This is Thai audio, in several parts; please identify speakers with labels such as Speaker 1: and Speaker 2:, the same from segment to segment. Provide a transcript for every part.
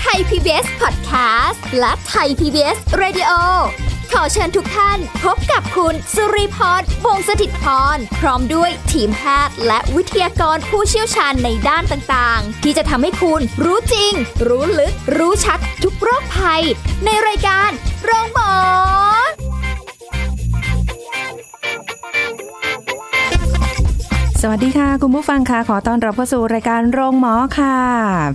Speaker 1: ไทย PBS Podcast และไทย PBS Radio ขอเชิญทุกท่านพบกับคุณ สุริพรวงศสถิตพร พร้อมด้วยทีมแพทย์และวิทยากรผู้เชี่ยวชาญในด้านต่างๆ ที่จะทำให้คุณรู้จริง รู้ลึก รู้ชัดทุกโรคภัย ในรายการโรงพยาบาล
Speaker 2: สวัสดีค่ะ คุณผู้ฟังค่ะขอต้อนรับเข้าสู่รายการโรงหมอค่ะ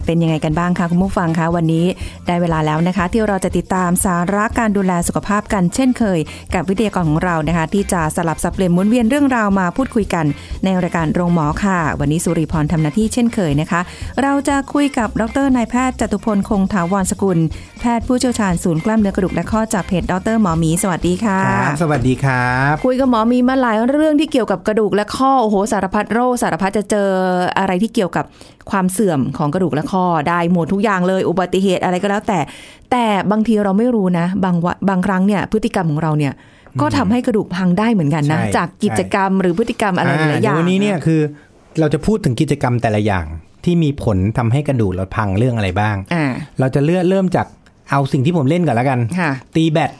Speaker 2: เป็นยังไงกันบ้างคะคุณผู้ฟังคะวันนี้ได้เวลาแล้วนะคะ ที่เราจะติดตามสาระการดูแลสุขภาพกันเช่นเคย กับวิทยากรของเรานะคะ ที่จะสลับสับเปลี่ยนหมุนเวียนเรื่องราวมาพูดคุยกัน ในรายการโรงหมอค่ะ วันนี้สุริพรทำหน้าที่เช่นเคยนะคะ เราจะคุยกับดรนายแพทย์จตุพลคงถาวรสกุล แพทย์ผู้เชี่ยวชาญศูนย์กล้ามเนื้อกระดูกและข้อจากเพจดรหมอหมีสวัสดีค่ะ
Speaker 3: ครับ สวัสดีครับ
Speaker 2: คุยกับหมอมีมาหลายเรื่องที่เกี่ยวกับกระดูกและข้อโอ้โหสารพัดโรคสารพัดจะเจออะไรที่เกี่ยวกับความเสื่อมของกระดูกและข้อได้หมดทุกอย่างเลยอุบัติเหตุอะไรก็แล้วแต่ แต่บางทีเราไม่รู้นะ บางวะบางครั้งเนี่ยพฤติกรรมของเราเนี่ยก็ทำให้กระดูกพังได้เหมือนกันนะ
Speaker 3: ใช่
Speaker 2: จากกิจ
Speaker 3: ใช่
Speaker 2: กรรมหรือพฤติกรรมอะไรหลายๆอย่าง
Speaker 3: เดี๋ววันนี้เนี่ยคือเราจะพูดถึงกิจกรรมแต่ละอย่าง ที่มีผลทำให้กระดูกเราพังเรื่องอะไรบ้าง
Speaker 2: อ่า
Speaker 3: เราจะเลือกเริ่มจากเอาสิ่งที่ผมเล่นก่อนแล้วกัน
Speaker 2: ค่ะ
Speaker 3: ตี แบต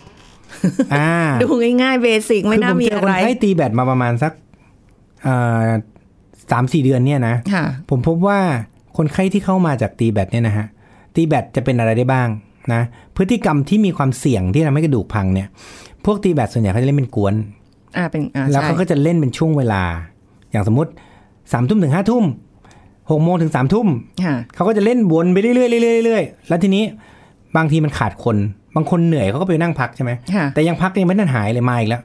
Speaker 3: อ่า
Speaker 2: ดูง่ายๆเบสิกไม่
Speaker 3: คือ
Speaker 2: น่า
Speaker 3: ผม
Speaker 2: มี
Speaker 3: เจอ
Speaker 2: อะ
Speaker 3: คน
Speaker 2: ไร
Speaker 3: ไข้ตีแบตมาประมาณสักเอ่อสามสี่เดือนเนี่ยนะ
Speaker 2: ค่ะ
Speaker 3: ผมพบว่าคนไข้ที่เข้ามาจากตีแบตเนี่ยนะฮะตีแบตจะเป็นอะไรได้บ้างนะพฤติกรรมที่มีความเสี่ยงที่ทำให้กระดูกพังเนี่ย พวกตีแบตส่วนใหญ่เขาจะเล่นเป็นกวน
Speaker 2: อ่าเป็นอ่า
Speaker 3: แล้ว
Speaker 2: ใช่
Speaker 3: เขาก็จะเล่นเป็นช่วงเวลา อย่างสมมติสามทุ่มถึงห้าทุ่มหกโมงถึงสามทุ่ม
Speaker 2: ค่ะ
Speaker 3: เขาก็จะเล่นวนไปเรื่อยๆเรื่อยๆเรื่อยๆแล้วทีนี้บางทีมันขาดคน บางคนเหนื่อยเขาก็ไปนั่งพักใช่ไหม
Speaker 2: ค่ะ
Speaker 3: แต่ยังพักยังไม่ทันหายเลยมาอีกแล้ว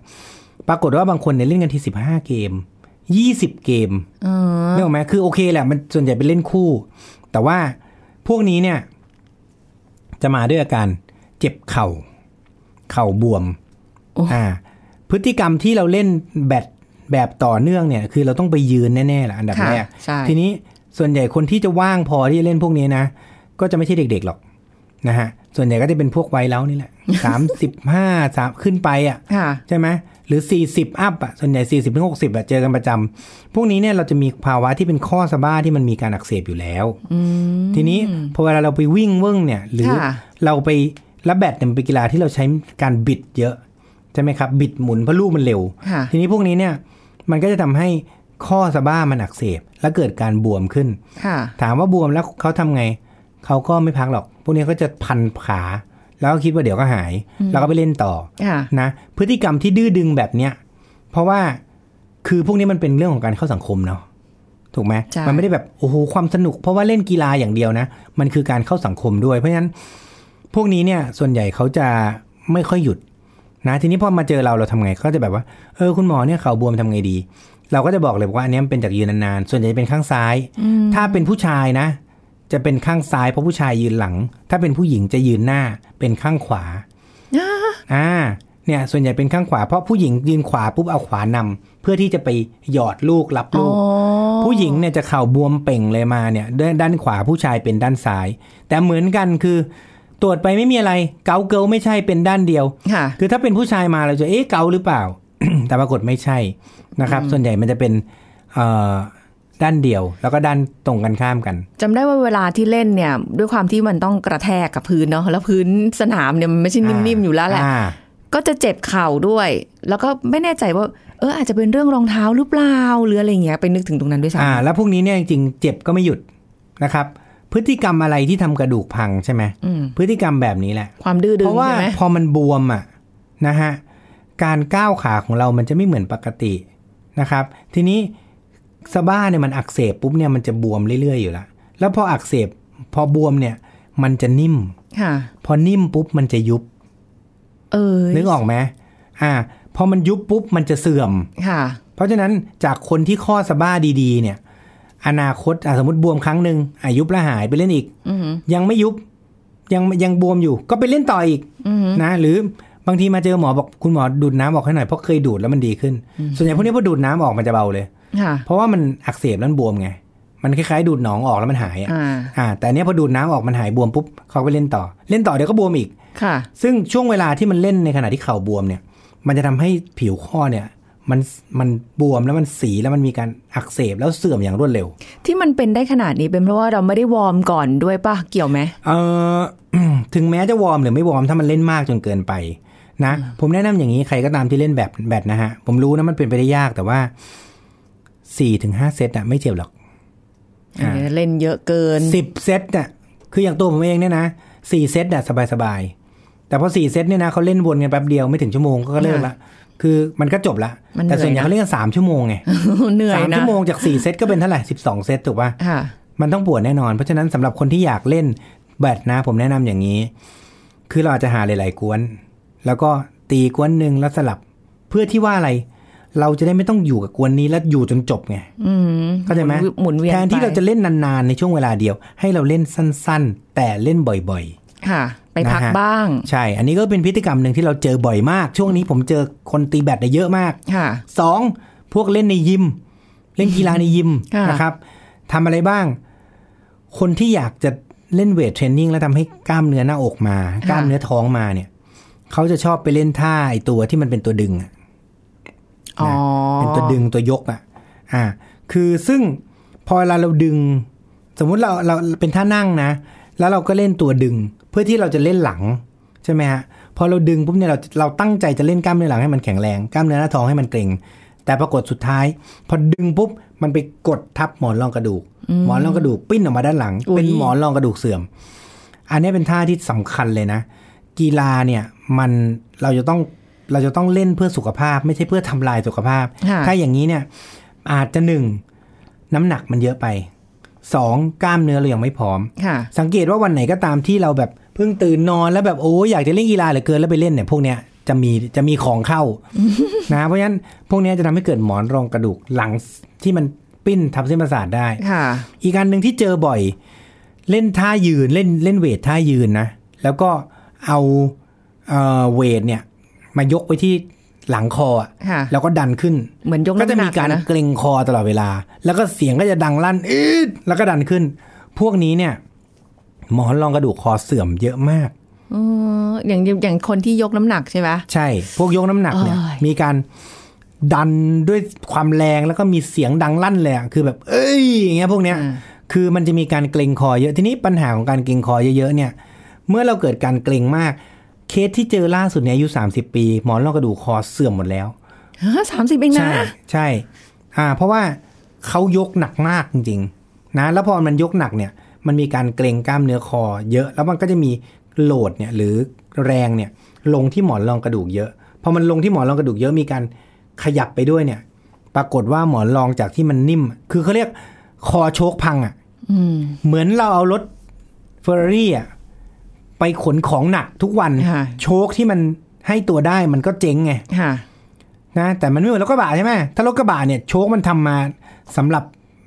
Speaker 3: ปรากฏว่าบางคนเนี่ยเล่นกันทีสิบห้าเกมยี่สิบเกม
Speaker 2: อ๋อ
Speaker 3: เรื่องไหมคือโอเคแหละมันส่วนใหญ่เป็นเล่นคู่ แต่ว่าพวกนี้เนี่ย จะมาด้วยอาการเจ็บเข่า เข่าบวม อ่า พฤติกรรมที่เราเล่นแบดแบบต่อเนื่องเนี่ย คือเราต้องไปยืนแน่ๆแหละอันดับ
Speaker 2: ค่ะ
Speaker 3: แรก
Speaker 2: ใช่
Speaker 3: ทีนี้ส่วนใหญ่คนที่จะว่างพอที่จะเล่นพวกนี้นะ ก็จะไม่ใช่เด็กๆหรอกนะฮะ ส่วนใหญ่ก็จะเป็นพวกวัยแล้วนี่แหละ สามสิบห้าสามขึ้นไปอ่ะ
Speaker 2: ค่ะ
Speaker 3: ใช่ไหมหรือ 40 อัพอ่ะ ส่วนใหญ่ 40ถึง60อ่ะ เจอกันประจำพวกนี้เนี่ยเราจะมีภาวะที่เป็นข้อสะบ้าที่มันมีการอักเสบอยู่แล้ว
Speaker 2: อืม
Speaker 3: ทีนี้พอเวลาเราไปวิ่งเวิ่งเนี่ย หรือ
Speaker 2: ค่ะ
Speaker 3: เราไปรับแบดเนี่ยมันเป็นกีฬาที่เราใช้การบิดเยอะ ใช่ไหมครับ บิดหมุนเพราะลูกมันเร็ว
Speaker 2: ค่ะ
Speaker 3: ทีนี้พวกนี้เนี่ยมันก็จะทำให้ข้อสะบ้ามันอักเสบ และเกิดการบวมขึ้น
Speaker 2: ค่ะ
Speaker 3: ถามว่าบวมแล้วเขาทำไง เขาก็ไม่พักหรอก พวกนี้ก็จะพันขา แล้วก็คิดว่าเดี๋ยวก็หาย แล้วก็ไปเล่นต่อ
Speaker 2: ค่ะ
Speaker 3: นะพฤติกรรมที่ดื้อดึงแบบเนี้ยเพราะว่าคือพวกนี้มันเป็นเรื่องของการเข้าสังคมเนาะถูกไหม
Speaker 2: ใช่
Speaker 3: มันไม่ได้แบบโอ้โหความสนุก เพราะว่าเล่นกีฬาอย่างเดียวนะ มันคือการเข้าสังคมด้วยเพราะฉะนั้นพวกนี้เนี่ยส่วนใหญ่เขาจะไม่ค่อยหยุดนะทีนี้พอมาเจอเราเราทำไงเขาจะแบบว่าเออคุณหมอเนี่ยเข่าบวมทำไงดี เราก็จะบอกเลยว่าอันเนี้ยมันเป็นจากยืนนานๆส่วนใหญ่จะเป็นข้างซ้าย ถ้าเป็นผู้ชายนะ จะเป็นข้างซ้ายเพราะผู้ชายยืนหลัง ถ้าเป็นผู้หญิงจะยืนหน้าเป็นข้างขวา อ่าเนี่ยส่วนใหญ่เป็นข้างขวาเพราะผู้หญิงยืนขวาปุ๊บเอาขวานำเพื่อที่จะไปหยอดลูกรับลูก
Speaker 2: อ๋อ
Speaker 3: ผู้หญิงเนี่ยจะเข่าบวมเป่งเลยมาเนี่ยด้านด้านขวาผู้ชายเป็นด้านซ้าย แต่เหมือนกันคือ ตรวจไปไม่มีอะไรเกาเกิลไม่ใช่เป็นด้านเดียว
Speaker 2: ค่ะ
Speaker 3: คือถ้าเป็นผู้ชายมาเราจะเอ๊ะเกาหรือเปล่า แต่ปรากฏไม่ใช่นะครับ ส่วนใหญ่มันจะเป็นเอ่อด้านเดียว แล้วก็ด้านตรงกันข้ามกัน
Speaker 2: จำได้ว่าเวลาที่เล่นเนี่ย ด้วยความที่มันต้องกระแทกกับพื้นเนาะแล้วพื้นสนามเนี่ยมันไม่ใช่นิ่มๆอยู่แล้วแหละ
Speaker 3: อ่า
Speaker 2: ก็จะเจ็บเข่าด้วย แล้วก็ไม่แน่ใจว่า เอออาจจะเป็นเรื่องรองเท้าหรือเปล่าหรืออะไรเงี้ยไปนึกถึงตรงนั้นด้วยซ้
Speaker 3: อ่าแล้วพวกนี้เนี่ยจริงๆเจ็บก็ไม่หยุดนะครับ พฤติกรรมอะไรที่ทำกระดูกพังใช่ไหม
Speaker 2: อืม
Speaker 3: พฤติกรรมแบบนี้แหละ
Speaker 2: ำความดื้อดึง
Speaker 3: เพราะว่า
Speaker 2: ใช่ไหม
Speaker 3: พอมันบวมอ่ะนะฮะการก้าวขาของเรามันจะไม่เหมือนปกตินะครับ ทีนี้สะบ้าเนี่ยมันอักเสบปุ๊บเนี่ยมันจะบวมเรื่อยๆอยู่ละแล้วพออักเสบพอบวมเนี่ยมันจะนิ่ม
Speaker 2: ค่ะ
Speaker 3: พอนิ่มปุ๊บมันจะยุบ
Speaker 2: เออ
Speaker 3: นึกออกไหมอ่าพอมันยุบปุ๊บมันจะเสื่อม
Speaker 2: ค่ะ
Speaker 3: เพราะฉะนั้นจากคนที่ข้อสะบ้าดีๆ เนี่ย อนาคตอ่ะสมมติบวมครั้งหนึ่งอายุบและหายไปเล่นอีก
Speaker 2: อือหือ
Speaker 3: ยังไม่ยุบยังยังบวมอยู่ ก็ไปเล่นต่ออีกนะหรือบางทีมาเจอหมอบอกคุณหมอดูดน้ำออกให้หน่อยเพราะเคยดูดแล้วมันดีขึ้น ส่วนใหญ่พวกนี้พอดูดน้ำออกมันจะเบาเลย
Speaker 2: ค่ะ
Speaker 3: เพราะว่ามันอักเสบแล้วมันบวมไง มันคล้ายๆดูดหนองออกแล้วมันหายอ่ะ
Speaker 2: อ่า
Speaker 3: อ่า แต่อันเนี้ยพอดูดน้ำออกมันหายบวมปุ๊บเขาก็ไปเล่นต่อ เล่นต่อเดี๋ยวก็บวมอีก
Speaker 2: ค่ะ
Speaker 3: ซึ่งช่วงเวลาที่มันเล่นในขณะที่เข่าบวมเนี่ย มันจะทำให้ผิวข้อเนี่ย มันมันบวมแล้วมันสีแล้วมันมีการอักเสบแล้วเสื่อมอย่างรวดเร็ว
Speaker 2: ที่มันเป็นได้ขนาดนี้เป็นเพราะว่าเราไม่ได้วอร์มก่อนด้วยป่ะเกี่ยวไหม
Speaker 3: เออ ถึงแม้จะวอร์มหรือไม่วอร์มถ้ามันเล่นมากจนเกินไป นะ ผมแนะนำอย่างนี้ใครก็ตามที่เล่นแบบแบดนะฮะ ผมรู้นะมันเป็นไปได้ยากแต่ว่าสี่ถึงห้าเซตอะไม่เจ็บหรอก อ่า
Speaker 2: เล่นเยอะเกิน
Speaker 3: สิบเซตน่ะคืออย่างตัวผมเองเนี่ยนะสี่เซตน่ะสบายสบายๆแต่พอสี่เซตเนี่ยนะเขาเล่นวนกันแป๊บเดียวไม่ถึงชั่วโมงก็เลิกละคือมันก็จบละ
Speaker 2: มันเหนื่อย
Speaker 3: แต่ส่วนใหญ่เขาเล่นกันสามชั่วโมงไง
Speaker 2: เหนื่อย
Speaker 3: สาม
Speaker 2: นะ
Speaker 3: ชั่วโมงจากสี่เซตก็เป็นเท่าไหร่สิบสองเซตถูกปะ
Speaker 2: ค่ะ
Speaker 3: มันต้องปวดแน่นอน เพราะฉะนั้นสำหรับคนที่อยากเล่นแบดนะ ผมแนะนำอย่างนี้ คือเราอาจจะหาหลาย ๆ กวน แล้วก็ตีกวนหนึ่งแล้วสลับ เพื่อที่ว่าอะไร เราจะได้ไม่ต้องอยู่กับกวนนี้แล้วอยู่จนจบไง
Speaker 2: อืม
Speaker 3: เข้าใจไหม
Speaker 2: หมุนเวียน
Speaker 3: แทนที่
Speaker 2: ไป
Speaker 3: เราจะเล่นนาน ๆ ในช่วงเวลาเดียว ให้เราเล่นสั้น ๆ แต่เล่นบ่อย
Speaker 2: ค่ะ ไปพัก
Speaker 3: นะฮะ
Speaker 2: บ้าง
Speaker 3: ๆ ใช่ อันนี้ก็เป็นพฤติกรรมหนึ่งที่เราเจอบ่อยมาก ช่วงนี้ผมเจอคนตีแบดเนี่ยเยอะมาก
Speaker 2: ค่ะ
Speaker 3: สองพวกเล่นในยิม เล่นกีฬาในยิม
Speaker 2: ค่ะ
Speaker 3: นะครับทำอะไรบ้าง คนที่อยากจะเล่นเวทเทรนนิ่งแล้วทำให้กล้ามเนื้อหน้าอกมา กล้ามเนื้อท้องมาเนี่ย เขาจะชอบไปเล่นท่าไอตัวที่มันเป็นตัวดึงอะ
Speaker 2: อ๋อ
Speaker 3: เป็นตัวดึงตัวยกอ่ะ อ่า คือซึ่งพอเวลาเราดึง สมมุติเราเราเป็นท่านั่งนะ แล้วเราก็เล่นตัวดึง เพื่อที่เราจะเล่นหลังใช่ไหมฮะพอเราดึงปุ๊บเนี่ยเราเราตั้งใจจะเล่นกล้ามเนื้อหลังให้มันแข็งแรงกล้ามเนื้อหน้าท้องให้มันเกร็ง แต่ปรากฏสุดท้าย พอดึงปุ๊บมันไปกดทับหมอนรองกระดูก หมอนรองกระดูกปิ้นออกมาด้านหลัง เป็นหมอนรองกระดูกเสื่อม อันนี้เป็นท่าที่สำคัญเลยนะ กีฬาเนี่ยมันเราจะต้องเราจะต้องเล่นเพื่อสุขภาพ ไม่ใช่เพื่อทำลายสุขภาพ
Speaker 2: ค่ะ
Speaker 3: ถ้าอย่างนี้เนี่ย อาจจะหนึ่งน้ำหนักมันเยอะไปสองกล้ามเนื้อเรายังไม่พร้อม
Speaker 2: ค่ะ
Speaker 3: สังเกตว่าวันไหนก็ตามที่เราแบบเพิ่งตื่นนอนแล้วแบบโอ้ยอยากจะเล่นกีฬาเหลือเกินแล้วไปเล่นเนี่ยพวกเนี้ยจะมีจะมีของ เข้า นะเพราะฉะนั้นพวกเนี้ยจะทำให้เกิดหมอนรองกระดูกหลังที่มันปิ้นทับเส้นประสาทได้
Speaker 2: ค่ะ
Speaker 3: อีกอันหนึ่งที่เจอบ่อย เล่นท่ายืนเล่นเล่นเวทท่ายืนนะแล้วก็เอาเอ่อเวทเนี่ย มายกไว้ที่หลังคออะ
Speaker 2: ค่ะ
Speaker 3: แล้วก็ดันขึ้น
Speaker 2: เหมือนยก
Speaker 3: ก็จะ
Speaker 2: น้ำห
Speaker 3: มี
Speaker 2: นัก
Speaker 3: การ
Speaker 2: นะ
Speaker 3: เกรงคอตลอดเวลา แล้วก็เสียงก็จะดังลั่นอีดแล้วก็ดันขึ้น พวกนี้เนี่ย หมอนรองกระดูกคอเสื่อมเยอะมาก
Speaker 2: อ๋ออย่างอย่างคนที่ยกน้ำหนักใช่ไหม
Speaker 3: ใช่ พวกยกน้ำหนักเนี่ย
Speaker 2: โอ้ย
Speaker 3: มีการดันด้วยความแรงแล้วก็มีเสียงดังลั่นเลยอะคือแบบ เอ้ยอย่างเงี้ยพวกเนี้ย คือมันจะมีการเกรงคอเยอะ ทีนี้ปัญหาของการเกรงคอเยอะๆเนี่ย เมื่อเราเกิดการเกรงมาก เคสที่เจอล่าสุดเนี่ยอายุ30 ปี หมอนรองกระดูกคอเสื่อมหมดแล้ว
Speaker 2: สามสิบเองนะ
Speaker 3: ใช่ใช่ อ่า เพราะว่าเขายกหนักมากจริงๆ นะ แล้วพอมันยกหนักเนี่ย มันมีการเกรงกล้ามเนื้อคอ เยอะ แล้วมันก็จะมีโหลดเนี่ยหรือแรงเนี่ย ลงที่หมอนรองกระดูกเยอะ พอมันลงที่หมอนรองกระดูกเยอะมีการขยับไปด้วยเนี่ย ปรากฏว่าหมอนรองจากที่มันนิ่ม คือเขาเรียกคอโชกพังอะ่ะ
Speaker 2: อืม
Speaker 3: เหมือนเราเอารถเฟอร์รารี่อ่ะไปขนของหนักทุกวัน
Speaker 2: ค่ะ
Speaker 3: โชคที่มันให้ตัวได้มันก็เจ๊งไง
Speaker 2: ค่ะ
Speaker 3: นะแต่มันไม่เหมือนรถกระบะใช่ไหมถ้ารถกระบะเนี่ยโชคมันทำมาสำหรับ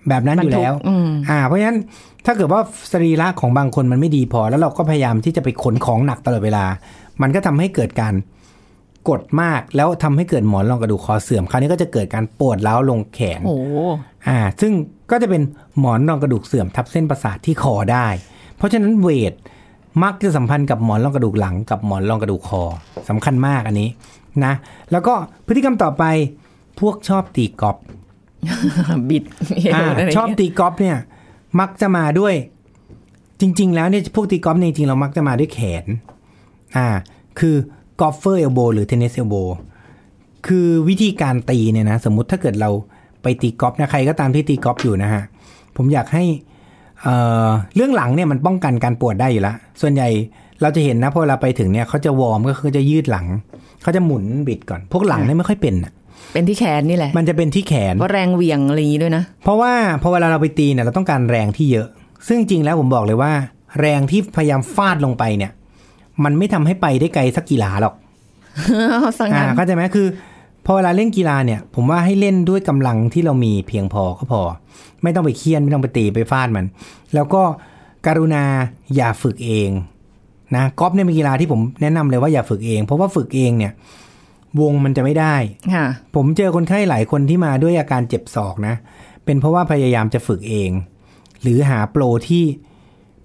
Speaker 3: แบบนั้นอยู่แล้ว
Speaker 2: บรรทุกอืม
Speaker 3: อ่า เพราะฉะนั้นถ้าเกิดว่าสรีระของบางคนมันไม่ดีพอ แล้วเราก็พยายามที่จะไปขนของหนักตลอดเวลา มันก็ทำให้เกิดการกดมากแล้วทำให้เกิดหมอนรองกระดูกคอเสื่อมคราวนี้ก็จะเกิดการปวดร้าวลงแขน
Speaker 2: โอ้โห
Speaker 3: อ่า ซึ่งก็จะเป็นหมอนรองกระดูกเสื่อมทับเส้นประสาทที่คอได้ เพราะฉะนั้นเวทมักจะสัมพันธ์กับหมอนรองกระดูกหลังกับหมอนรองกระดูกคอสำคัญมากอันนี้นะ แล้วก็พฤติกรรมต่อไปพวกชอบตีกอล์ฟ
Speaker 2: บิดเอ
Speaker 3: อ่า
Speaker 2: วะไรย่างเงี้ย
Speaker 3: ชอบตีกอล์ฟเนี่ย มักจะมาด้วย จริง ๆ แล้วเนี่ยพวกตีกอล์ฟเนี่ยจริงๆเรามักจะมาด้วยแขน อ่า คือกอล์ฟเฟอร์เอลโบหรือเทนนิสเอลโบคือวิธีการตีเนี่ยนะ สมมุติถ้าเกิดเราไปตีกอล์ฟนะใครก็ตามที่ตีกอล์ฟอยู่นะฮะ ผมอยากให้เอ่อเรื่องหลังเนี่ยมันป้องกันการปวดได้อยู่ละส่วนใหญ่เราจะเห็นนะพอเราไปถึงเนี่ยเขาจะวอร์มก็คือจะยืดหลังเขาจะหมุนบิดก่อน พวกหลังเนี่ยไม่ค่อยเป็นน่ะ
Speaker 2: เป็นที่แขนนี่แหละ
Speaker 3: มันจะเป็นที่แขน
Speaker 2: เพราะแรงเหวี่ยงอะไรอย่างงี้ด้วยนะ
Speaker 3: เพราะว่าพอเวลาเราไปตีเนี่ยเราต้องการแรงที่เยอะ ซึ่งจริงแล้วผมบอกเลยว่า แรงที่พยายามฟาดลงไปเนี่ย มันไม่ทำให้ไปได้ไกลสักกี่หลาหรอก
Speaker 2: สัง
Speaker 3: อ่า
Speaker 2: หาร
Speaker 3: เข้าใจไหมคือพอเวลาเล่นกีฬาเนี่ย ผมว่าให้เล่นด้วยกำลังที่เรามีเพียงพอก็พอ ไม่ต้องไปเคี่ยนไม่ต้องไปตีไปฟาดมัน แล้วก็การุณาอย่าฝึกเองนะกอล์ฟเนี่ยเป็นกีฬาที่ผมแนะนำเลยว่าอย่าฝึกเอง เพราะว่าฝึกเองเนี่ย วงมันจะไม่ได้
Speaker 2: ค่ะ
Speaker 3: ผมเจอคนไข้หลายคนที่มาด้วยอาการเจ็บศอกนะ เป็นเพราะว่าพยายามจะฝึกเอง หรือหาโปรที่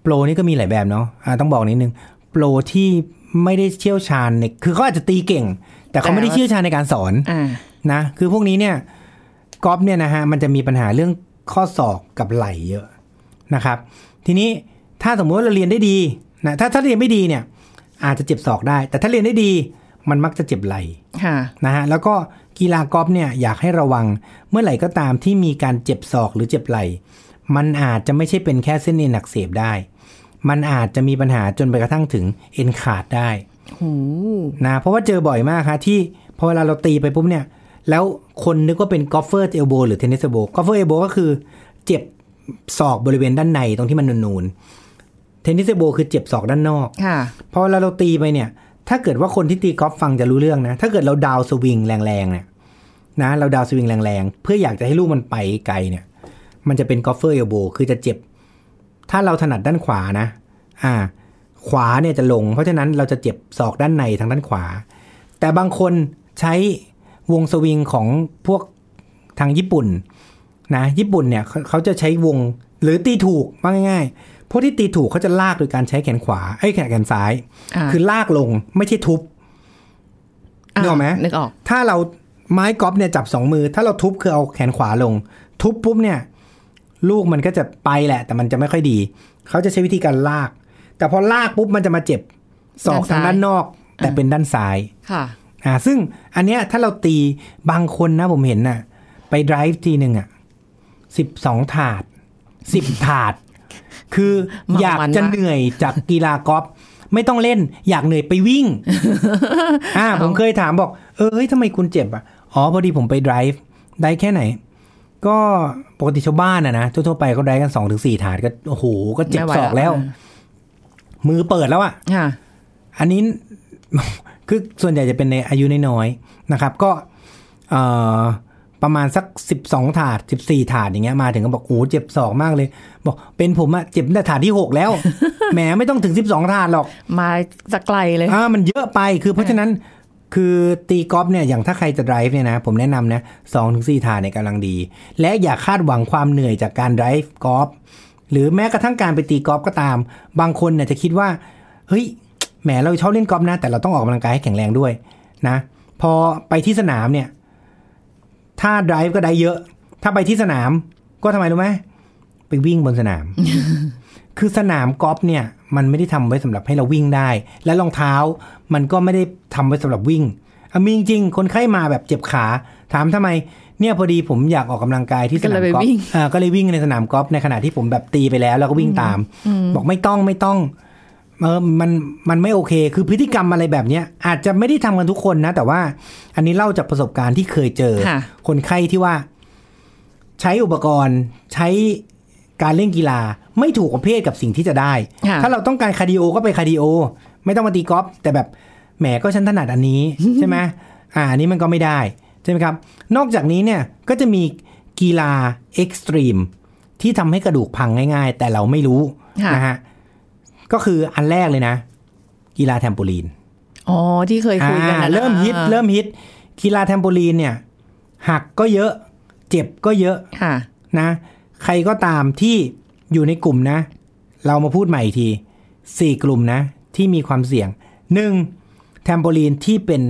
Speaker 3: โปรนี่ก็มีหลายแบบเนาะอ่าต้องบอกนิดนึงโปรที่ไม่ได้เชี่ยวชาญในคือเขาอาจจะตีเก่ง แต่เขาไม่ได้เชี่ยวชาญในการสอน
Speaker 2: อ่า
Speaker 3: นะ คือพวกนี้เนี่ยกอล์ฟเนี่ยนะฮะมันจะมีปัญหาเรื่องข้อศอกกับไหล่เยอะนะครับ ทีนี้ถ้าสมมติว่าเราเรียนได้ดีนะถ้าถ้าเรียนไม่ดีเนี่ย อาจจะเจ็บศอกได้ แต่ถ้าเรียนได้ดีมันมักจะเจ็บไหล่
Speaker 2: ค่ะ
Speaker 3: นะฮะแล้วก็กีฬากอล์ฟเนี่ยอยากให้ระวังเมื่อไหร่ก็ตามที่มีการเจ็บศอกหรือเจ็บไหล่มันอาจจะไม่ใช่เป็นแค่เส้นเอ็นอักเสบได้ มันอาจจะมีปัญหาจนไปกระทั่งถึงเอ็นขาดได้นะเพราะว่าเจอบ่อยมากฮะที่พอเวลาเราตีไปปุ๊บเนี่ย แล้วคนนึกว่าเป็นกอล์ฟเฟอร์เอลโบหรือเทนนิสเอลโบกอล์ฟเฟอร์เอลโบก็คือเจ็บศอกบริเวณด้านในตรงที่มันนูนๆเทนนิสเอลโบคือเจ็บศอกด้านนอก
Speaker 2: ค่ะ
Speaker 3: พอเวลาเราตีไปเนี่ย ถ้าเกิดว่าคนที่ตีกอล์ฟฟังจะรู้เรื่องนะ ถ้าเกิดเราดาวสวิงแรงๆเนี่ยนะ เราดาวสวิงแรงๆ เพื่ออยากจะให้ลูกมันไปไกลเนี่ย มันจะเป็นกอล์ฟเฟอร์เอลโบคือจะเจ็บ ถ้าเราถนัดด้านขวานะ อ่า ขวาเนี่ยจะลง เพราะฉะนั้นเราจะเจ็บศอกด้านในทางด้านขวา แต่บางคนใช้วงสวิงของพวกทางญี่ปุ่น นะ ญี่ปุ่นเนี่ยเขาเขาจะใช้วงหรือตีถูกว่าง่ายๆพวกที่ตีถูกเขาจะลากโดยการใช้แขนขวาไอ้ยแขนแขนซ้าย
Speaker 2: อ่า
Speaker 3: คือลากลงไม่ใช่ทุบ
Speaker 2: ะ
Speaker 3: นึกออกไหม
Speaker 2: นึกออก
Speaker 3: ถ้าเราไม้กอล์ฟเนี่ยจับสองมือ ถ้าเราทุบคือเอาแขนขวาลง ทุบปุ๊บเนี่ย ลูกมันก็จะไปแหละ แต่มันจะไม่ค่อยดี เขาจะใช้วิธีการลาก แต่พอลากปุ๊บมันจะมาเจ็บศอกทางด้านนอก แต่เป็นด้านซ้าย
Speaker 2: ค่ะ
Speaker 3: อ่าซึ่งอันเนี้ยถ้าเราตีบางคนนะผมเห็นน่ะ ไปไดライブทีหนึ่งอ่ะสิบสองถาดสิบถาด คือ
Speaker 2: มัน
Speaker 3: อยากจะ
Speaker 2: มันนะ
Speaker 3: เหนื่อยจากกีฬากอล์ฟไม่ต้องเล่น อยากเหนื่อยไปวิ่ง อ่าผมเคยถามบอก เออเฮ้ยทำไมคุณเจ็บอ่ะ อ๋อ พอดีผมไปไดライブได้แค่ไหน ก็ปกติชาวบ้านอะนะทั่วๆไปเขาได้กันสองถึงสี่ถาดก็โอ้โหก็เจ็บ
Speaker 2: ไม่ไหว
Speaker 3: ศอกแล้ว มือเปิดแล้วอ่ะ
Speaker 2: ค่ะ
Speaker 3: อันนี้ คือส่วนใหญ่จะเป็นในอายุน้อยๆนะครับ ก็เอ่อประมาณสัก 12 ถาด 14 ถาดอย่างเงี้ยมาถึงก็บอกโอ้เจ็บศอกมากเลย บอกเป็นผมอะเจ็บตั้งแต่ถาดที่ 6 แล้ว แหมไม่ต้องถึง 12 ถาดหรอก
Speaker 2: มาจากไกลเลย
Speaker 3: อ่ามันเยอะไปคือเพราะฉะนั้นคือตีกอล์ฟเนี่ยอย่างถ้าใครจะ drive เนี่ยนะผมแนะนำนะสองถึงสี่ถาดเนี่ยกำลังดี และอย่าคาดหวังความเหนื่อยจากการ drive กอล์ฟหรือแม้กระทั่งการไปตีกอล์ฟก็ตาม บางคนเนี่ยจะคิดว่า เฮ้ย แหมเราชอบเล่นกอล์ฟนะ แต่เราต้องออกกำลังกายให้แข็งแรงด้วยนะ พอไปที่สนามเนี่ย ถ้า drive ก็ได้เยอะ ถ้าไปที่สนามก็ทำไมรู้ไหมไปวิ่งบนสนาม คือสนามกอล์ฟเนี่ย มันไม่ได้ทำไว้สำหรับให้เราวิ่งได้ และรองเท้ามันก็ไม่ได้ทำไว้สำหรับวิ่งอะมีจริงๆคนไข้มาแบบเจ็บขา ถามทำไม เนี่ยพอดีผมอยากออกกำลังกายที่สนาม
Speaker 2: ก็เลย
Speaker 3: กอ
Speaker 2: ไป
Speaker 3: ล์
Speaker 2: วิ่
Speaker 3: ฟ
Speaker 2: ง
Speaker 3: อ่าก็เลยวิ่งในสนามกอล์ฟในขณะที่ผมแบบตีไปแล้ว แล้วก็วิ่งตาม บอกไม่ต้องไม่ต้อง เออมัน มันไม่โอเค คือพฤติกรรมอะไรแบบเนี้ยอาจจะไม่ได้ทำกันทุกคนนะ แต่ว่า อันนี้เล่าจากประสบการณ์ที่เคยเจอ
Speaker 2: ค่ะ
Speaker 3: คนไข้ที่ว่า ใช้อุปกรณ์ ใช้การเล่นกีฬา ไม่ถูกประเภทกับสิ่งที่จะได้
Speaker 2: ค่ะ
Speaker 3: ถ้าเราต้องการคาร์ดิโอก็ไปคาร์ดิโอ ไม่ต้องมาตีกอล์ฟแต่แบบแหมก็ฉันถนัดอันนี้ ใช่ไหมอ่าอันนี้มันก็ไม่ได้ ใช่ไหมครับ นอกจากนี้เนี่ยก็จะมีกีฬาเอ็กซ์ตรีมที่ทำให้กระดูกพังง่าย ๆ แต่เราไม่รู้
Speaker 2: ค่ะ
Speaker 3: นะฮะ ก็คืออันแรกเลยนะ กีฬาแทมโปลีน
Speaker 2: อ๋อ ที่เคยคุยกัน
Speaker 3: อ่า
Speaker 2: นะ
Speaker 3: เริ่มฮิตเริ่มฮิตกีฬาแทมโปลีนเนี่ย หักก็เยอะ เจ็บก็เยอะ
Speaker 2: ค่ะ
Speaker 3: นะ ใครก็ตามที่อยู่ในกลุ่มนะ เรามาพูดใหม่อีกทีสี่กลุ่มนะ ที่มีความเสี่ยงหนึ่งแทมโปลีนที่เป็น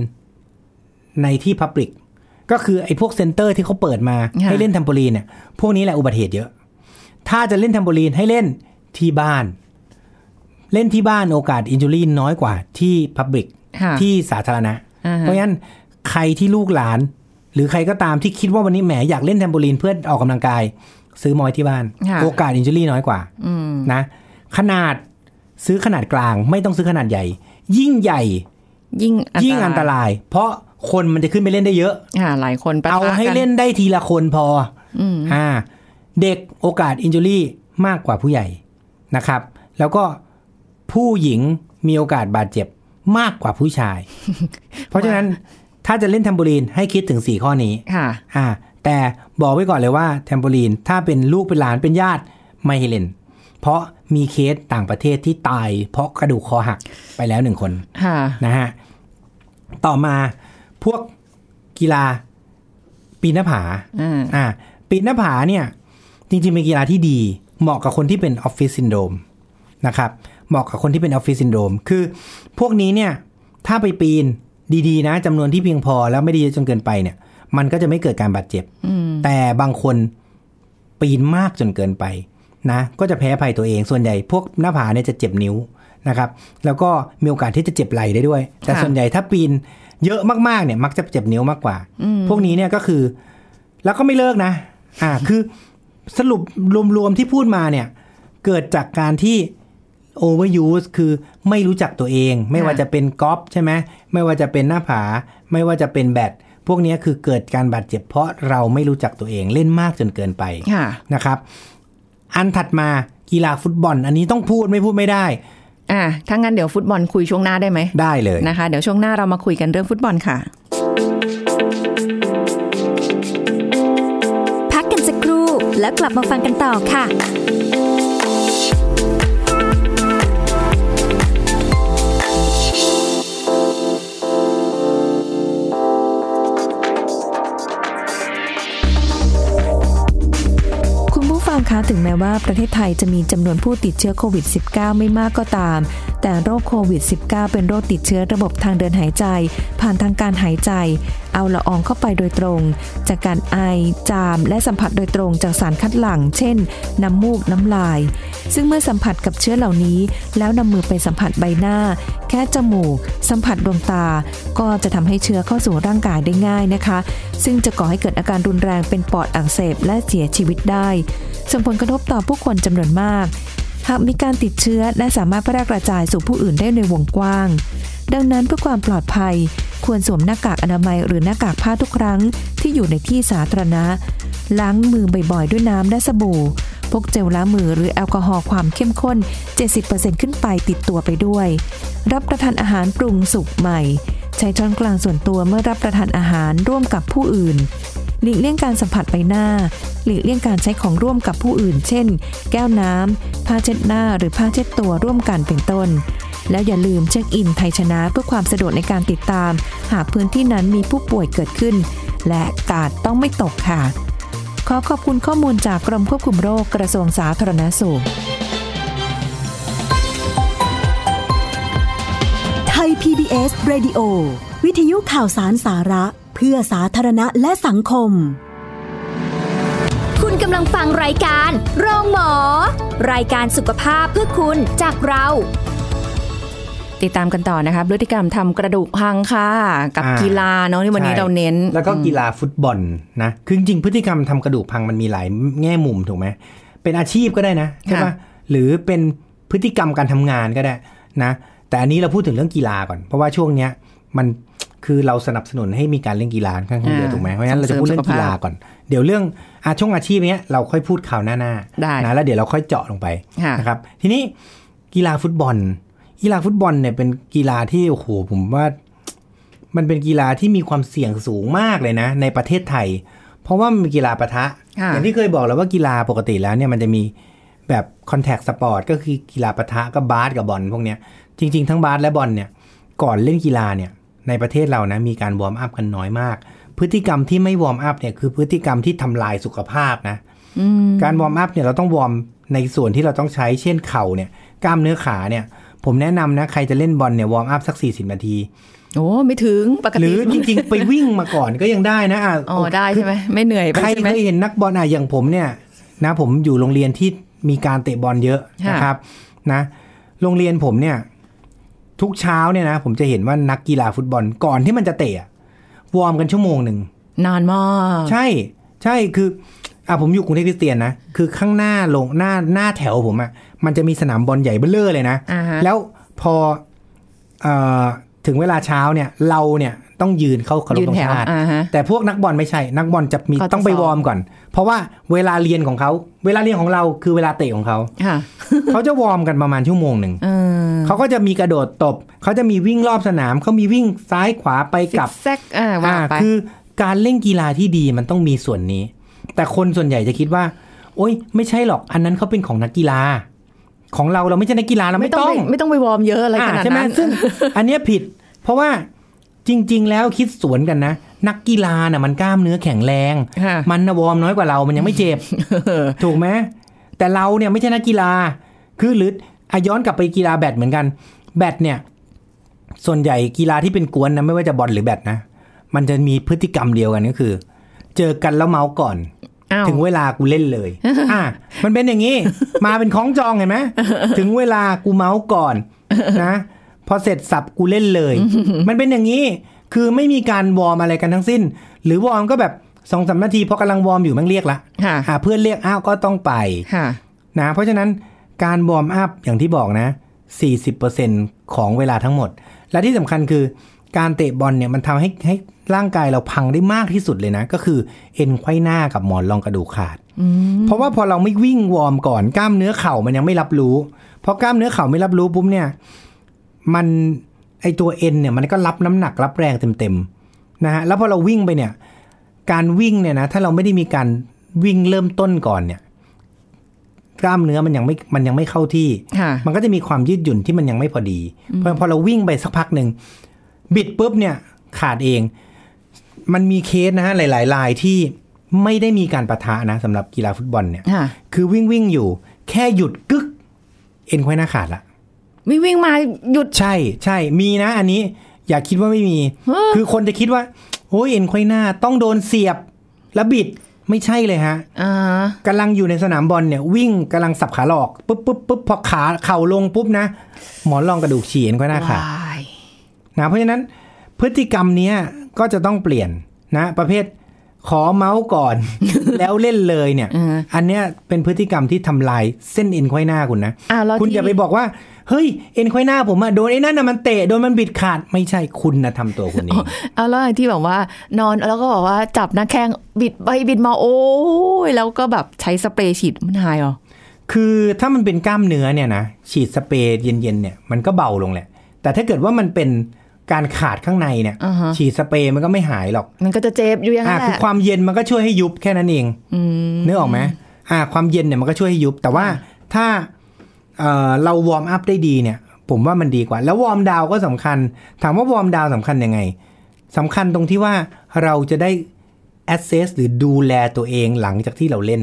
Speaker 3: ในที่พับลิกก็คือไอ้พวกเซ็นเตอร์ที่เขาเปิดมา
Speaker 2: ค่ะ
Speaker 3: ให้เล่นแทมโปลีนเนี่ยพวกนี้แหละอุบัติเหตุเยอะ ถ้าจะเล่นแทมโปลีนให้เล่นที่บ้าน เล่นที่บ้านโอกาสอินจูรี่น้อยกว่าที่พับบิก
Speaker 2: ค่ะ
Speaker 3: ที่สาธารณะ
Speaker 2: อ่าฮะ
Speaker 3: เพราะงั้นใครที่ลูกหลาน หรือใครก็ตามที่คิดว่าวันนี้แหมอยากเล่นแทมโบลีนเพื่อออกกำลังกาย ซื้อมอยที่บ้าน
Speaker 2: ค่ะ
Speaker 3: โอกาสอินจูรี่น้อยกว่านะ ขนาดซื้อขนาดกลาง ไม่ต้องซื้อขนาดใหญ่ ยิ่งใหญ่
Speaker 2: ยิ่ง
Speaker 3: ยิ่งอันตราย เพราะคนมันจะขึ้นไปเล่นได้เยอะ
Speaker 2: ค่ะ หลายคนปะทะ
Speaker 3: เอาให้
Speaker 2: กัน
Speaker 3: เล่นได้ทีละคนพอออ่า เด็กโอกาสอินจูรี่มากกว่าผู้ใหญ่นะครับ แล้วก็ผู้หญิงมีโอกาสบาดเจ็บมากกว่าผู้ ชาย เพราะฉะนั้นถ้าจะเล่นแทมโบลีนให้คิดถึง 4 ข้อนี้
Speaker 2: ค่ะ
Speaker 3: อ่า แต่บอกไว้ก่อนเลยว่าแทมโบลีนถ้าเป็นลูกเป็นหลานเป็นญาติไม่ให้เล่น เพราะมีเคสต่างประเทศที่ตาย เพราะกระดูกคอหักไปแล้วหนึ่งคน
Speaker 2: ค่ะ
Speaker 3: นะฮะ ต่อมาพวกกีฬาปีนหน้าผา
Speaker 2: อ่า
Speaker 3: อ่า ปีนหน้าผาเนี่ย จริงๆเป็นกีฬาที่ดี เหมาะกับคนที่เป็นออฟฟิศซินโดรมนะครับ เหมาะกับคนที่เป็นออฟฟิศซินโดรมคือพวกนี้เนี่ย ถ้าไปปีนดีๆนะจำนวนที่เพียงพอแล้วไม่ดีจนเกินไปเนี่ย มันก็จะไม่เกิดการบาดเจ็บ
Speaker 2: อืม
Speaker 3: แต่บางคนปีนมากจนเกินไปนะ ก็จะแพ้ภัยตัวเอง ส่วนใหญ่พวกหน้าผาเนี่ยจะเจ็บนิ้วนะครับ แล้วก็มีโอกาสที่จะเจ็บไหล่ได้ด้วย แต่
Speaker 2: ค่ะ
Speaker 3: ส่วนใหญ่ถ้าปีนเยอะมากๆเนี่ย มักจะเจ็บนิ้วมากกว่า
Speaker 2: อืม
Speaker 3: พวกนี้เนี่ยก็คือ แล้วก็ไม่เลิกนะ อ่า คือสรุปรวมๆที่พูดมาเนี่ย เกิดจากการที่ overuse คือไม่รู้จักตัวเอง ไม่ว่าจะเป็นกอล์ฟใช่ไหมไม่ว่าจะเป็นหน้าผา ไม่ว่าจะเป็นแบดพวกเนี้ยคือเกิดการบาดเจ็บเพราะเราไม่รู้จักตัวเองเล่นมากจนเกินไป
Speaker 2: ค่ะ
Speaker 3: นะครับ อันถัดมากีฬาฟุตบอล อันนี้ต้องพูดไม่พูดไม่ได้
Speaker 2: อ่ะถ้างั้นเดี๋ยวฟุตบอลคุยช่วงหน้าได้ไหม
Speaker 3: ได้เลย
Speaker 2: นะคะ เดี๋ยวช่วงหน้าเรามาคุยกันเรื่องฟุตบอลค่ะ
Speaker 1: พักกันสักครู่แล้วกลับมาฟังกันต่อค่ะ
Speaker 4: คุณผู้ฟังคะถึงแม้ว่าประเทศไทยจะมีจำนวนผู้ติดเชื้อโควิด -19 ไม่มากก็ตาม แต่โรคโควิด -19 เป็นโรคติดเชื้อระบบทางเดินหายใจ ผ่านทางการหายใจ เอาละอองเข้าไปโดยตรง จากการไอ จาม และสัมผัสโดยตรงจากสารคัดหลั่ง เช่น น้ำมูก น้ำลาย ซึ่งเมื่อสัมผัสกับเชื้อเหล่านี้ แล้วนำมือไปสัมผัสใบหน้า แค่จมูก สัมผัสดวงตา ก็จะทำให้เชื้อเข้าสู่ร่างกายได้ง่ายนะคะ ซึ่งจะก่อให้เกิดอาการรุนแรงเป็นปอดอักเสบและเสียชีวิตได้ ส่งผลกระทบต่อผู้คนจำนวนมาก หากมีการติดเชื้อและสามารถแพร่กระจายสู่ผู้อื่นได้ในวงกว้าง ดังนั้นเพื่อความปลอดภัย ควรสวมหน้ากากอนามัยหรือหน้ากากผ้าทุกครั้งที่อยู่ในที่สาธารณะ ล้างมือบ่อยๆ ด้วยน้ำและสบู่ พกเจลล้างมือหรือแอลกอฮอล์ความเข้มข้น 70%ขึ้นไปติดตัวไปด้วย รับประทานอาหารปรุงสุกใหม่ ใช้ช้อนกลางส่วนตัวเมื่อรับประทานอาหารร่วมกับผู้อื่น หลีกเลี่ยงการสัมผัสใบหน้า หลีกเลี่ยงการใช้ของร่วมกับผู้อื่น เช่น แก้วน้ำ ผ้าเช็ดหน้า หรือผ้าเช็ดตัวร่วมกันเป็นต้น แล้วอย่าลืมเช็คอินไทยชนะเพื่อความสะดวกในการติดตาม หากพื้นที่นั้นมีผู้ป่วยเกิดขึ้น และกาดต้องไม่ตกค่ะ ขอขอบคุณข้อมูลจากกรมควบคุมโรคกระทรวงสาธารณสุข
Speaker 5: ไทย PBS Radio วิทยุข่าวสารสาระ เพื่อสาธารณะและสังคม
Speaker 1: คุณกำลังฟังรายการโรงหมอ รายการสุขภาพเพื่อคุณจากเรา
Speaker 2: ติดตามกันต่อนะคะพฤติกรรมทำกระดูกพังค่ะ กับ
Speaker 3: อ่า
Speaker 2: กีฬาเนาะที่วันนี้
Speaker 3: ใช่
Speaker 2: เราเน้น
Speaker 3: แล้วก็กีฬาฟุตบอลนะ คือจริงๆพฤติกรรมทำกระดูกพังมันมีหลายแง่มุมถูกไหม เป็นอาชีพก็ได้นะใช่ปะหรือเป็นพฤติกรรมการทำงานก็ได้นะ แต่อันนี้เราพูดถึงเรื่องกีฬาก่อน เพราะว่าช่วงเนี้ยมันคือเราสนับสนุนให้มีการเล่นกีฬาค่อนข้างเยอะถูกไหมเพราะฉะนั้นเราจะพูดเรื่องกีฬาก่อน เดี๋ยวเรื่องอาชงอาชีพเนี้ยเราค่อยพูดข่าวหน้าๆ
Speaker 2: ได้
Speaker 3: นะแล้วเดี๋ยวเราค่อยเจาะลงไป
Speaker 2: ค่ะ
Speaker 3: นะครับทีนี้กีฬาฟุตบอล กีฬาฟุตบอลเนี่ยเป็นกีฬาที่โอ้โหผมว่า มันเป็นกีฬาที่มีความเสี่ยงสูงมากเลยนะ ในประเทศไทย เพราะว่ามันเป็นกีฬาปะทะ
Speaker 2: ค่ะ
Speaker 3: อย่างที่เคยบอกแล้วว่ากีฬาปกติแล้วเนี่ยมันจะมีแบบคอนแทคสปอร์ตก็คือกีฬาปะทะกับบาสกับบอลพวกเนี้ยจริง ๆ ทั้งบาสและบอลเนี่ย ก่อนเล่นกีฬาเนี่ย ในประเทศเรานะมีการวอร์มอัพกันน้อยมาก พฤติกรรมที่ไม่วอร์มอัพเนี่ยคือพฤติกรรมที่ทำลายสุขภาพนะ การวอร์มอัพเนี่ยเราต้องวอร์มในส่วนที่เราต้องใช้เช่นเข่าเนี่ยกล้ามเนื้อขาเนี่ย ผมแนะนำนะใครจะเล่นบอลเนี่ยวอร์มอัพสัก 40 นาที
Speaker 2: โอ้ไม่ถึงปก
Speaker 3: ห
Speaker 2: ติ
Speaker 3: รือจริง ๆ ไปวิ่งมาก่อนก็ยังได้นะอ่ะ
Speaker 2: อ๋อได้ใช่ไหมไม่เหนื่อยไป
Speaker 3: ใคร
Speaker 2: ใช่ไห
Speaker 3: เค
Speaker 2: ม
Speaker 3: ยเห็นนักบอลอ่ะอย่างผมเนี่ยนะผมอยู่โรงเรียนที่มีการเตะบอลเยอะ
Speaker 2: ค่ะ
Speaker 3: นะครับนะโรงเรียนผมเนี่ย ทุกเช้าเนี่ยนะผมจะเห็นว่านักกีฬาฟุตบอลก่อนที่มันจะเตะอะวอร์มกันชั่วโมงหนึ่ง
Speaker 2: นานมาก
Speaker 3: ใช่ใช่คืออ่ะผมอยู่กรุงเทพคริสเตียนนะ คือข้างหน้าลงหน้าหน้าแถวผมอะ่ะมันจะมีสนามบอลใหญ่เบ้อเร่อเลยนะ
Speaker 2: อ่าฮะ
Speaker 3: แล้วพอเอ่อถึงเวลาเช้าเนี่ย เราเนี่ยต้องยืนเข้าเคารพ
Speaker 2: ยืน
Speaker 3: ธง
Speaker 2: แถว
Speaker 3: ชาติ
Speaker 2: อ่าฮะ
Speaker 3: แต่พวกนักบอลไม่ใช่ นักบอลจะมี
Speaker 2: เขาจะ
Speaker 3: ต้องไป
Speaker 2: ซ้อม
Speaker 3: วอร์มก่อน เพราะว่าเวลาเรียนของเขา เวลาเรียนของเราคือเวลาเตะของเขา
Speaker 2: ค่ะ
Speaker 3: เขาจะวอร์มกันประมาณชั่วโมงหนึ่ง
Speaker 2: เออ
Speaker 3: เขาก็จะมีกระโดดตบ เขาจะมีวิ่งรอบสนาม เขามีวิ่งซ้ายขวาไปกลับ
Speaker 2: ซิแซกอ่าว่าไป
Speaker 3: อ่าคือการเล่นกีฬาที่ดีมันต้องมีส่วนนี้ แต่คนส่วนใหญ่จะคิดว่า โอ๊ย ไม่ใช่หรอก อันนั้นเขาเป็นของนักกีฬา ของเราเราไม่ใช่นักกีฬาเราไม่ต้อง
Speaker 2: ไม่ไม่ต้องไปวอร์มเยอะอะไรขนาด
Speaker 3: ใช่ไหม
Speaker 2: นั้น
Speaker 3: ซึ่ง อันเนี้ยผิด เพราะว่าจริง ๆ แล้วคิดสวนกันนะ นักกีฬาน่ะมันกล้ามเนื้อแข็งแรง
Speaker 2: ค่ะ
Speaker 3: มันนะวอร์มน้อยกว่าเรา มันยังไม่เจ็บ ถูกไหมแต่เราเนี่ยไม่ใช่นักกีฬา คือหรืออะย้อนกลับไปกีฬาแบดเหมือนกัน แบดเนี่ย ส่วนใหญ่กีฬาที่เป็นกวนนะไม่ว่าจะบอลหรือแบดนะ มันจะมีพฤติกรรมเดียวกันก็คือ เจอกันแล้วเมาส์ก่อน
Speaker 2: อ้าว
Speaker 3: ถึงเวลากูเล่นเลย อ่ะมันเป็นอย่างนี้ มาเป็นของจองเห็นไหม ถึงเวลากูเมาส์ก่อน นะ พอเสร็จสับกูเล่นเลย มันเป็นอย่างนี้ คือไม่มีการวอร์มอะไรกันทั้งสิ้น หรือวอร์มก็แบบสองสามนาทีพอกำลังวอร์มอยู่แมันเรียกละ
Speaker 2: ค่ะ
Speaker 3: อ่เพื่อนเรียกอ้าวก็ต้องไป
Speaker 2: ค่ะ
Speaker 3: นะ เพราะฉะนั้นการวอร์มอัพอย่างที่บอกนะ 40%ของเวลาทั้งหมด และที่สำคัญคือการเตะบอลเนี่ยมันทำให้ให้ร่างกายเราพังได้มากที่สุดเลยนะ ก็คือเอ็นไขว้หน้ากับหมอนรองกระดูกขาด เพราะว่าพอเราไม่วิ่งวอร์มก่อนกล้ามเนื้อเข่ามันยังไม่รับรู้พอกล้ามเนื้อเข่าไม่รับรู้ปุ๊บเนี่ย มันไอตัวเอ็นเนี่ยมันก็รับน้ำหนักรับแรงเต็มๆนะฮะแล้วพอเราวิ่งไปเนี่ย การวิ่งเนี่ยนะถ้าเราไม่ได้มีการวิ่งเริ่มต้นก่อนเนี่ย กล้ามเนื้อมันยังไม่มันยังไม่เข้าที่
Speaker 2: ค่ะ
Speaker 3: มันก็จะมีความยืดหยุ่นที่มันยังไม่พอดีพอพอเราวิ่งไปสักพักหนึ่งบิดปุ๊บเนี่ยขาดเอง มันมีเคสนะฮะหลาย ๆ รายที่ไม่ได้มีการประทะนะสำหรับกีฬาฟุตบอลเนี่ย
Speaker 2: ค่ะ
Speaker 3: คือวิ่งวิ่งอยู่ แค่หยุดกึก เอ็นควายหน้าขาดละ
Speaker 2: วิ่งวิ่งมาหยุด
Speaker 3: ใช่ใช่มีนะอันนี้ อย่าคิดว่าไม่มี คือคนจะคิดว่าโอ้ยเอ็นควายหน้าต้องโดนเสียบแล้วบิดไม่ใช่เลยฮะ
Speaker 2: อ่า
Speaker 3: กำลังอยู่ในสนามบอลเนี่ย วิ่งกำลังสับขาหลอกปุ๊บปุ๊บปุ๊บพอขาเข่าลงปุ๊บนะ หมอนรองกระดูกฉีเอ็นก็หน้าขาด นะเพราะฉะนั้นพฤติกรรมเนี้ยก็จะต้องเปลี่ยนนะ ประเภทขอเมาส์ก่อน แล้วเล่นเลยเนี่ย อันเนี้ยเป็นพฤติกรรมที่ทำลายเส้นเอ็นไขว้หน้าคุณนะ
Speaker 2: อ่าแล้ว
Speaker 3: คุณ
Speaker 2: ที่
Speaker 3: อย่าไปบอกว่า เฮ้ย เอ็นไขว้หน้าผมอะโดนไอ้นั่นนะมันเตะโดนมันบิดขาดไม่ใช่คุณนะทำตัวคุณเอง
Speaker 2: เอาแล้วไอ้ที่แบบว่านอนแล้วก็บอกว่าจับหน้าแข้งบิดไปบิดมาโอ้ยแล้วก็แบบใช้สเปรย์ฉีดมันหายเหรอ
Speaker 3: คือถ้ามันเป็นกล้ามเนื้อเนี่ยนะฉีดสเปรย์เย็นๆเนี่ยมันก็เบาลงแหละ แต่ถ้าเกิดว่ามันเป็นการขาดข้างในเนี่ย
Speaker 2: อ่าฮะ
Speaker 3: ฉีดสเปรย์มันก็ไม่หายหรอก
Speaker 2: มันก็จะเจ็บอยู่อย่าง
Speaker 3: อ่า
Speaker 2: นั้นแห
Speaker 3: คือ
Speaker 2: ละ
Speaker 3: ความเย็นมันก็ช่วยให้ยุบแค่นั้นเองนึกออกไหมอ่า ความเย็นเนี่ยมันก็ช่วยให้ยุบ แต่ว่าถ้าเอ่อเราวอร์มอัพได้ดีเนี่ย ผมว่ามันดีกว่า แล้ววอร์มดาวก็สำคัญ ถามว่าวอร์มดาวสำคัญยังไงสำคัญตรงที่ว่าเราจะได้ access หรือดูแลตัวเองหลังจากที่เราเล่น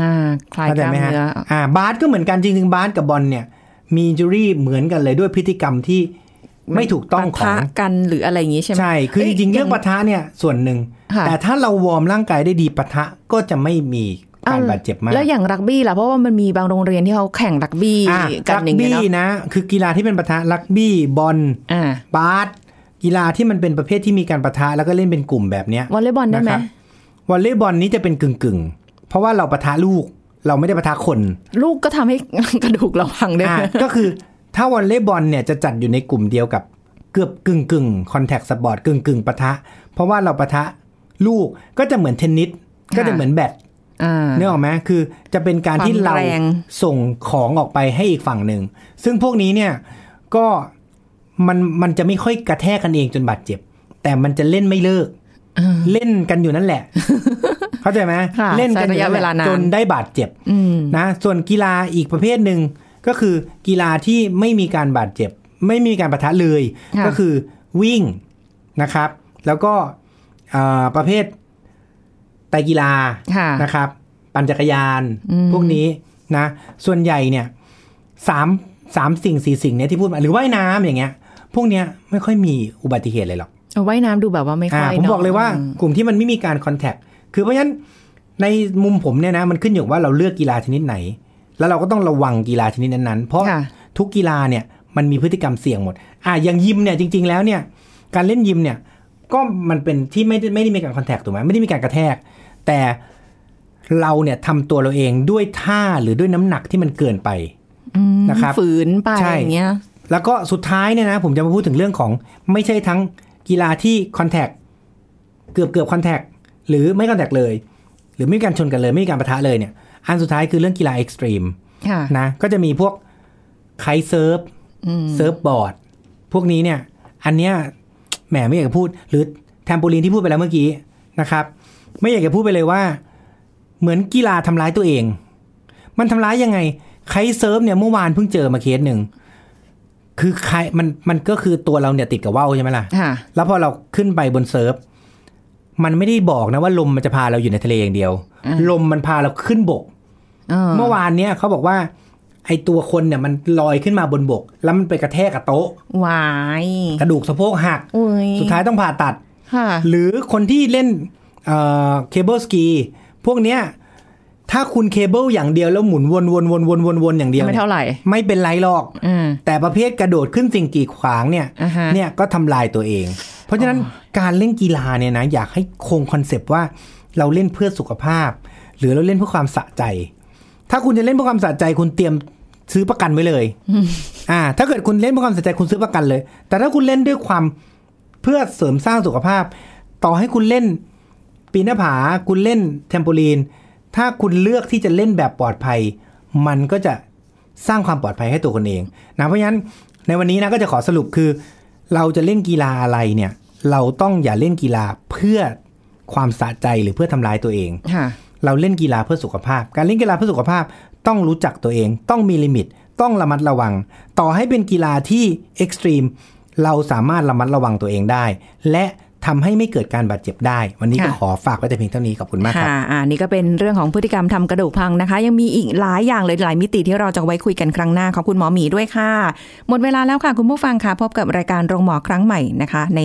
Speaker 2: อ่า คลาย
Speaker 3: เข้ากใจ
Speaker 2: ล้าม
Speaker 3: ไหมฮะ
Speaker 2: เนื้อ
Speaker 3: อ่าบาสก็เหมือนกันจริงๆ บาสกับบอลเนี่ย มีจูรี่เหมือนกันเลยด้วยพฤติกรรมที่ไม่ถูกต้องข
Speaker 2: ปะ
Speaker 3: อง
Speaker 2: ทะกันหรืออะไรอย่างงี้ใช่ไหม
Speaker 3: ใช่ คือจริง
Speaker 2: ย
Speaker 3: ๆเรื่องปะทะเนี่ยส่วนหนึ่ง
Speaker 2: ค่ะ
Speaker 3: แต่ถ้าเราวอร์มร่างกายได้ดีปะทะก็จะไม่มีการบาดเจ็บมาก
Speaker 2: แล้วอย่างรักบี้ล่ะ เพราะว่ามันมีบางโรงเรียนที่เขาแข่งรักบี้
Speaker 3: อ่ะ
Speaker 2: กั
Speaker 3: รั
Speaker 2: น
Speaker 3: ก
Speaker 2: อย่างเงี้ย
Speaker 3: บี้
Speaker 2: เนาะ
Speaker 3: นะ คือกีฬาที่เป็นปะทะรักบี้บอล
Speaker 2: อ่า
Speaker 3: บาสกีฬาที่มันเป็นประเภทที่มีการปะทะแล้วก็เล่นเป็นกลุ่มแบบเนี้ยว
Speaker 2: อลเลย์บอลได้ไหม
Speaker 3: นะครับวอลเลย์บอลนี้จะเป็นกึ่งกึ่งๆ เพราะว่าเราปะทะลูกเราไม่ได้ปะทะคน
Speaker 2: ลูกก็ทำให้ กระดูกเราพังได้ไหม
Speaker 3: อ่ะก็คือถ้าวอลเลย์บอลเนี่ยจะจัดอยู่ในกลุ่มเดียวกับเกือบกึ่งกึ่งคอนแทคสปอร์ตกึ่งกึ่งปะทะ เพราะว่าเราปะทะลูกก็จะเหมือนเทนนิสก็จะเหมือนแบด
Speaker 2: อ่า
Speaker 3: นึกออกไหมคือจะเป็นการที่เรา
Speaker 2: ความแรง
Speaker 3: ส่งของออกไปให้อีกฝั่งหนึ่ง ซึ่งพวกนี้เนี่ยก็มันมันจะไม่ค่อยกระแทกกันเองจนบาดเจ็บ แต่มันจะเล่นไม่เลิก เล่นกันอยู่นั่นแหละ เข้าใจไหม
Speaker 2: ค่ะ
Speaker 3: เล่นกั
Speaker 2: ใช้ระยะ
Speaker 3: แห
Speaker 2: เวลานาน
Speaker 3: จนได้บาดเจ็บนะ ส่วนกีฬาอีกประเภทหนึ่งก็คือกีฬาที่ไม่มีการบาดเจ็บ ไม่มีการปะทะเลย
Speaker 2: ค่ะ
Speaker 3: ก็คือวิ่งนะครับ แล้วก็เอ่อประเภทไตรกีฬา
Speaker 2: ค่ะ
Speaker 3: นะครับปั่นจักรยานพวกนี้นะส่วนใหญ่เนี่ยสามสามสิ่งสี่สิ่งเนี่ยที่พูดมาหรือว่ายน้ำอย่างเงี้ย พวกเนี้ยไม่ค่อยมีอุบัติเหตุเลยหรอก
Speaker 2: เอาว่ายน้ำดูแบบว่าไม่ค่
Speaker 3: อ่า
Speaker 2: อย
Speaker 3: ผม
Speaker 2: นะ
Speaker 3: บอกเลยว่ากลุ่มที่มันไม่มีการคอนแทคคือเพราะฉะนั้นในมุมผมเนี่ยนะมันขึ้นอยู่ว่าเราเลือกกีฬาชนิดไหน แล้วเราก็ต้องระวังกีฬาชนิดนั้นๆเพราะ
Speaker 2: ค่ะ
Speaker 3: ทุกกีฬาเนี่ยมันมีพฤติกรรมเสี่ยงหมด อ่ะอย่างยิมเนี่ยจริง ๆ แล้วเนี่ยการเล่นยิมเนี่ยก็มันเป็นที่ไม่ได้ไม่ได้มีการคอนแทคถูกไหมไม่ได้มีการกระแทก แต่เราเนี่ยทำตัวเราเองด้วยท่าหรือด้วยน้ำหนักที่มันเกินไปนะครับ
Speaker 2: ฝืนไป
Speaker 3: ใช่
Speaker 2: อย่างเงี้ย
Speaker 3: แล้วก็สุดท้ายเนี่ยนะ ผมจะมาพูดถึงเรื่องของไม่ใช่ทั้งกีฬาที่คอนแทคเกือบเกือบคอนแทคหรือไม่คอนแทคเลย หรือไม่มีการชนกันเลย ไม่มีการปะทะเลยเนี่ย อันสุดท้ายคือเรื่องกีฬาเอ็กซ์ตรีม
Speaker 2: ค่ะ
Speaker 3: นะก็จะมีพวกไคเซิร์ฟเซิร์ฟบอร์ด พวกนี้เนี่ย อันเนี้ยแหมไม่อยากจะพูด หรือแทมโปลีนที่พูดไปแล้วเมื่อกี้นะครับ ไม่อยากจะพูดไปเลยว่า เหมือนกีฬาทำร้ายตัวเอง มันทำร้ายยังไงไคเซิร์ฟเนี่ยเมื่อวานเพิ่งเจอมาเคสหนึ่งคือใครมันมันก็คือตัวเราเนี่ยติดกับว่าวใช่ไหมล่ะ
Speaker 2: ค่ะ
Speaker 3: แล้วพอเราขึ้นไปบนเซิร์ฟ มันไม่ได้บอกนะว่าลมมันจะพาเราอยู่ในทะเลอย่างเดียว ลมมันพาเราขึ้นบก
Speaker 2: เออ
Speaker 3: เมื่อวานเนี่ยเขาบอกว่า ไอตัวคนเนี่ยมันลอยขึ้นมาบนบก แล้วมันไปกระแทกกับโต๊ะ
Speaker 2: วาย
Speaker 3: กระดูกสะโพกหัก
Speaker 2: อุ้ย
Speaker 3: สุดท้ายต้องผ่าตัด
Speaker 2: ค่ะ
Speaker 3: หรือคนที่เล่นเคเบิลสกีพวกเนี้ยถ้าคุณเคเบิลอย่างเดียวแล้วหมุนวนวนวนวนวนวนอย่างเดียว
Speaker 2: ไม่เท่าไหร่
Speaker 3: ไม่เป็นไรหรอก
Speaker 2: อืม
Speaker 3: แต่ประเภทกระโดดขึ้นสิ่งกีดขวางเนี่ย
Speaker 2: อ่าฮะ
Speaker 3: เนี่ยก็ทำลายตัวเอง เพราะฉะนั้นการเล่นกีฬาเนี่ยนะอยากให้คงคอนเซปต์ว่าเราเล่นเพื่อสุขภาพ หรือเราเล่นเพื่อความสะใจ ถ้าคุณจะเล่นเพื่อความสะใจคุณเตรียมซื้อประกันไว้เลยอ่า ถ้าเกิดคุณเล่นเพื่อความสะใจคุณซื้อประกันเลย แต่ถ้าคุณเล่นด้วยความเพื่อเสริมสร้างสุขภาพ ต่อให้คุณเล่นปีนหน้าผาคุณเล่นเทมโปลีน ถ้าคุณเลือกที่จะเล่นแบบปลอดภัย มันก็จะ สร้างความปลอดภัยให้ตัวคนเองนะเพราะฉะนั้นในวันนี้นะก็จะขอสรุปคือ เราจะเล่นกีฬาอะไรเนี่ย เราต้องอย่าเล่นกีฬาเพื่อความสะใจหรือเพื่อทำร้ายตัวเอง
Speaker 2: ค่ะ
Speaker 3: เราเล่นกีฬาเพื่อสุขภาพ การเล่นกีฬาเพื่อสุขภาพต้องรู้จักตัวเอง ต้องมีลิมิต ต้องระมัดระวัง ต่อให้เป็นกีฬาที่เอ็กซ์ตรีม เราสามารถระมัดระวังตัวเองได้ และทำให้ไม่เกิดการบาดเจ็บได้ วันนี้ก็
Speaker 2: ค่ะ
Speaker 3: ขอฝากไว้แต่เพียงเท่านี้ขอบคุณมากครับ
Speaker 2: ค่ะอ่านี่ก็เป็นเรื่องของพฤติกรรมทำกระดูกพังนะคะ ยังมีอีกหลายอย่างเลยหลายมิติที่เราจะไว้คุยกันครั้งหน้า ขอบคุณหมอหมีด้วยค่ะ หมดเวลาแล้วค่ะ คุณผู้ฟังค่ะ พบกับรายการโรงหมอครั้งใหม่นะคะ ใน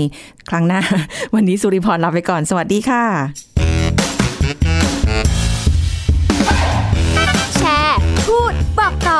Speaker 2: ครั้งหน้า วันนี้สุริพรลาไปก่อน สวัสดีค่ะ
Speaker 1: แชร์ พูด บอกต่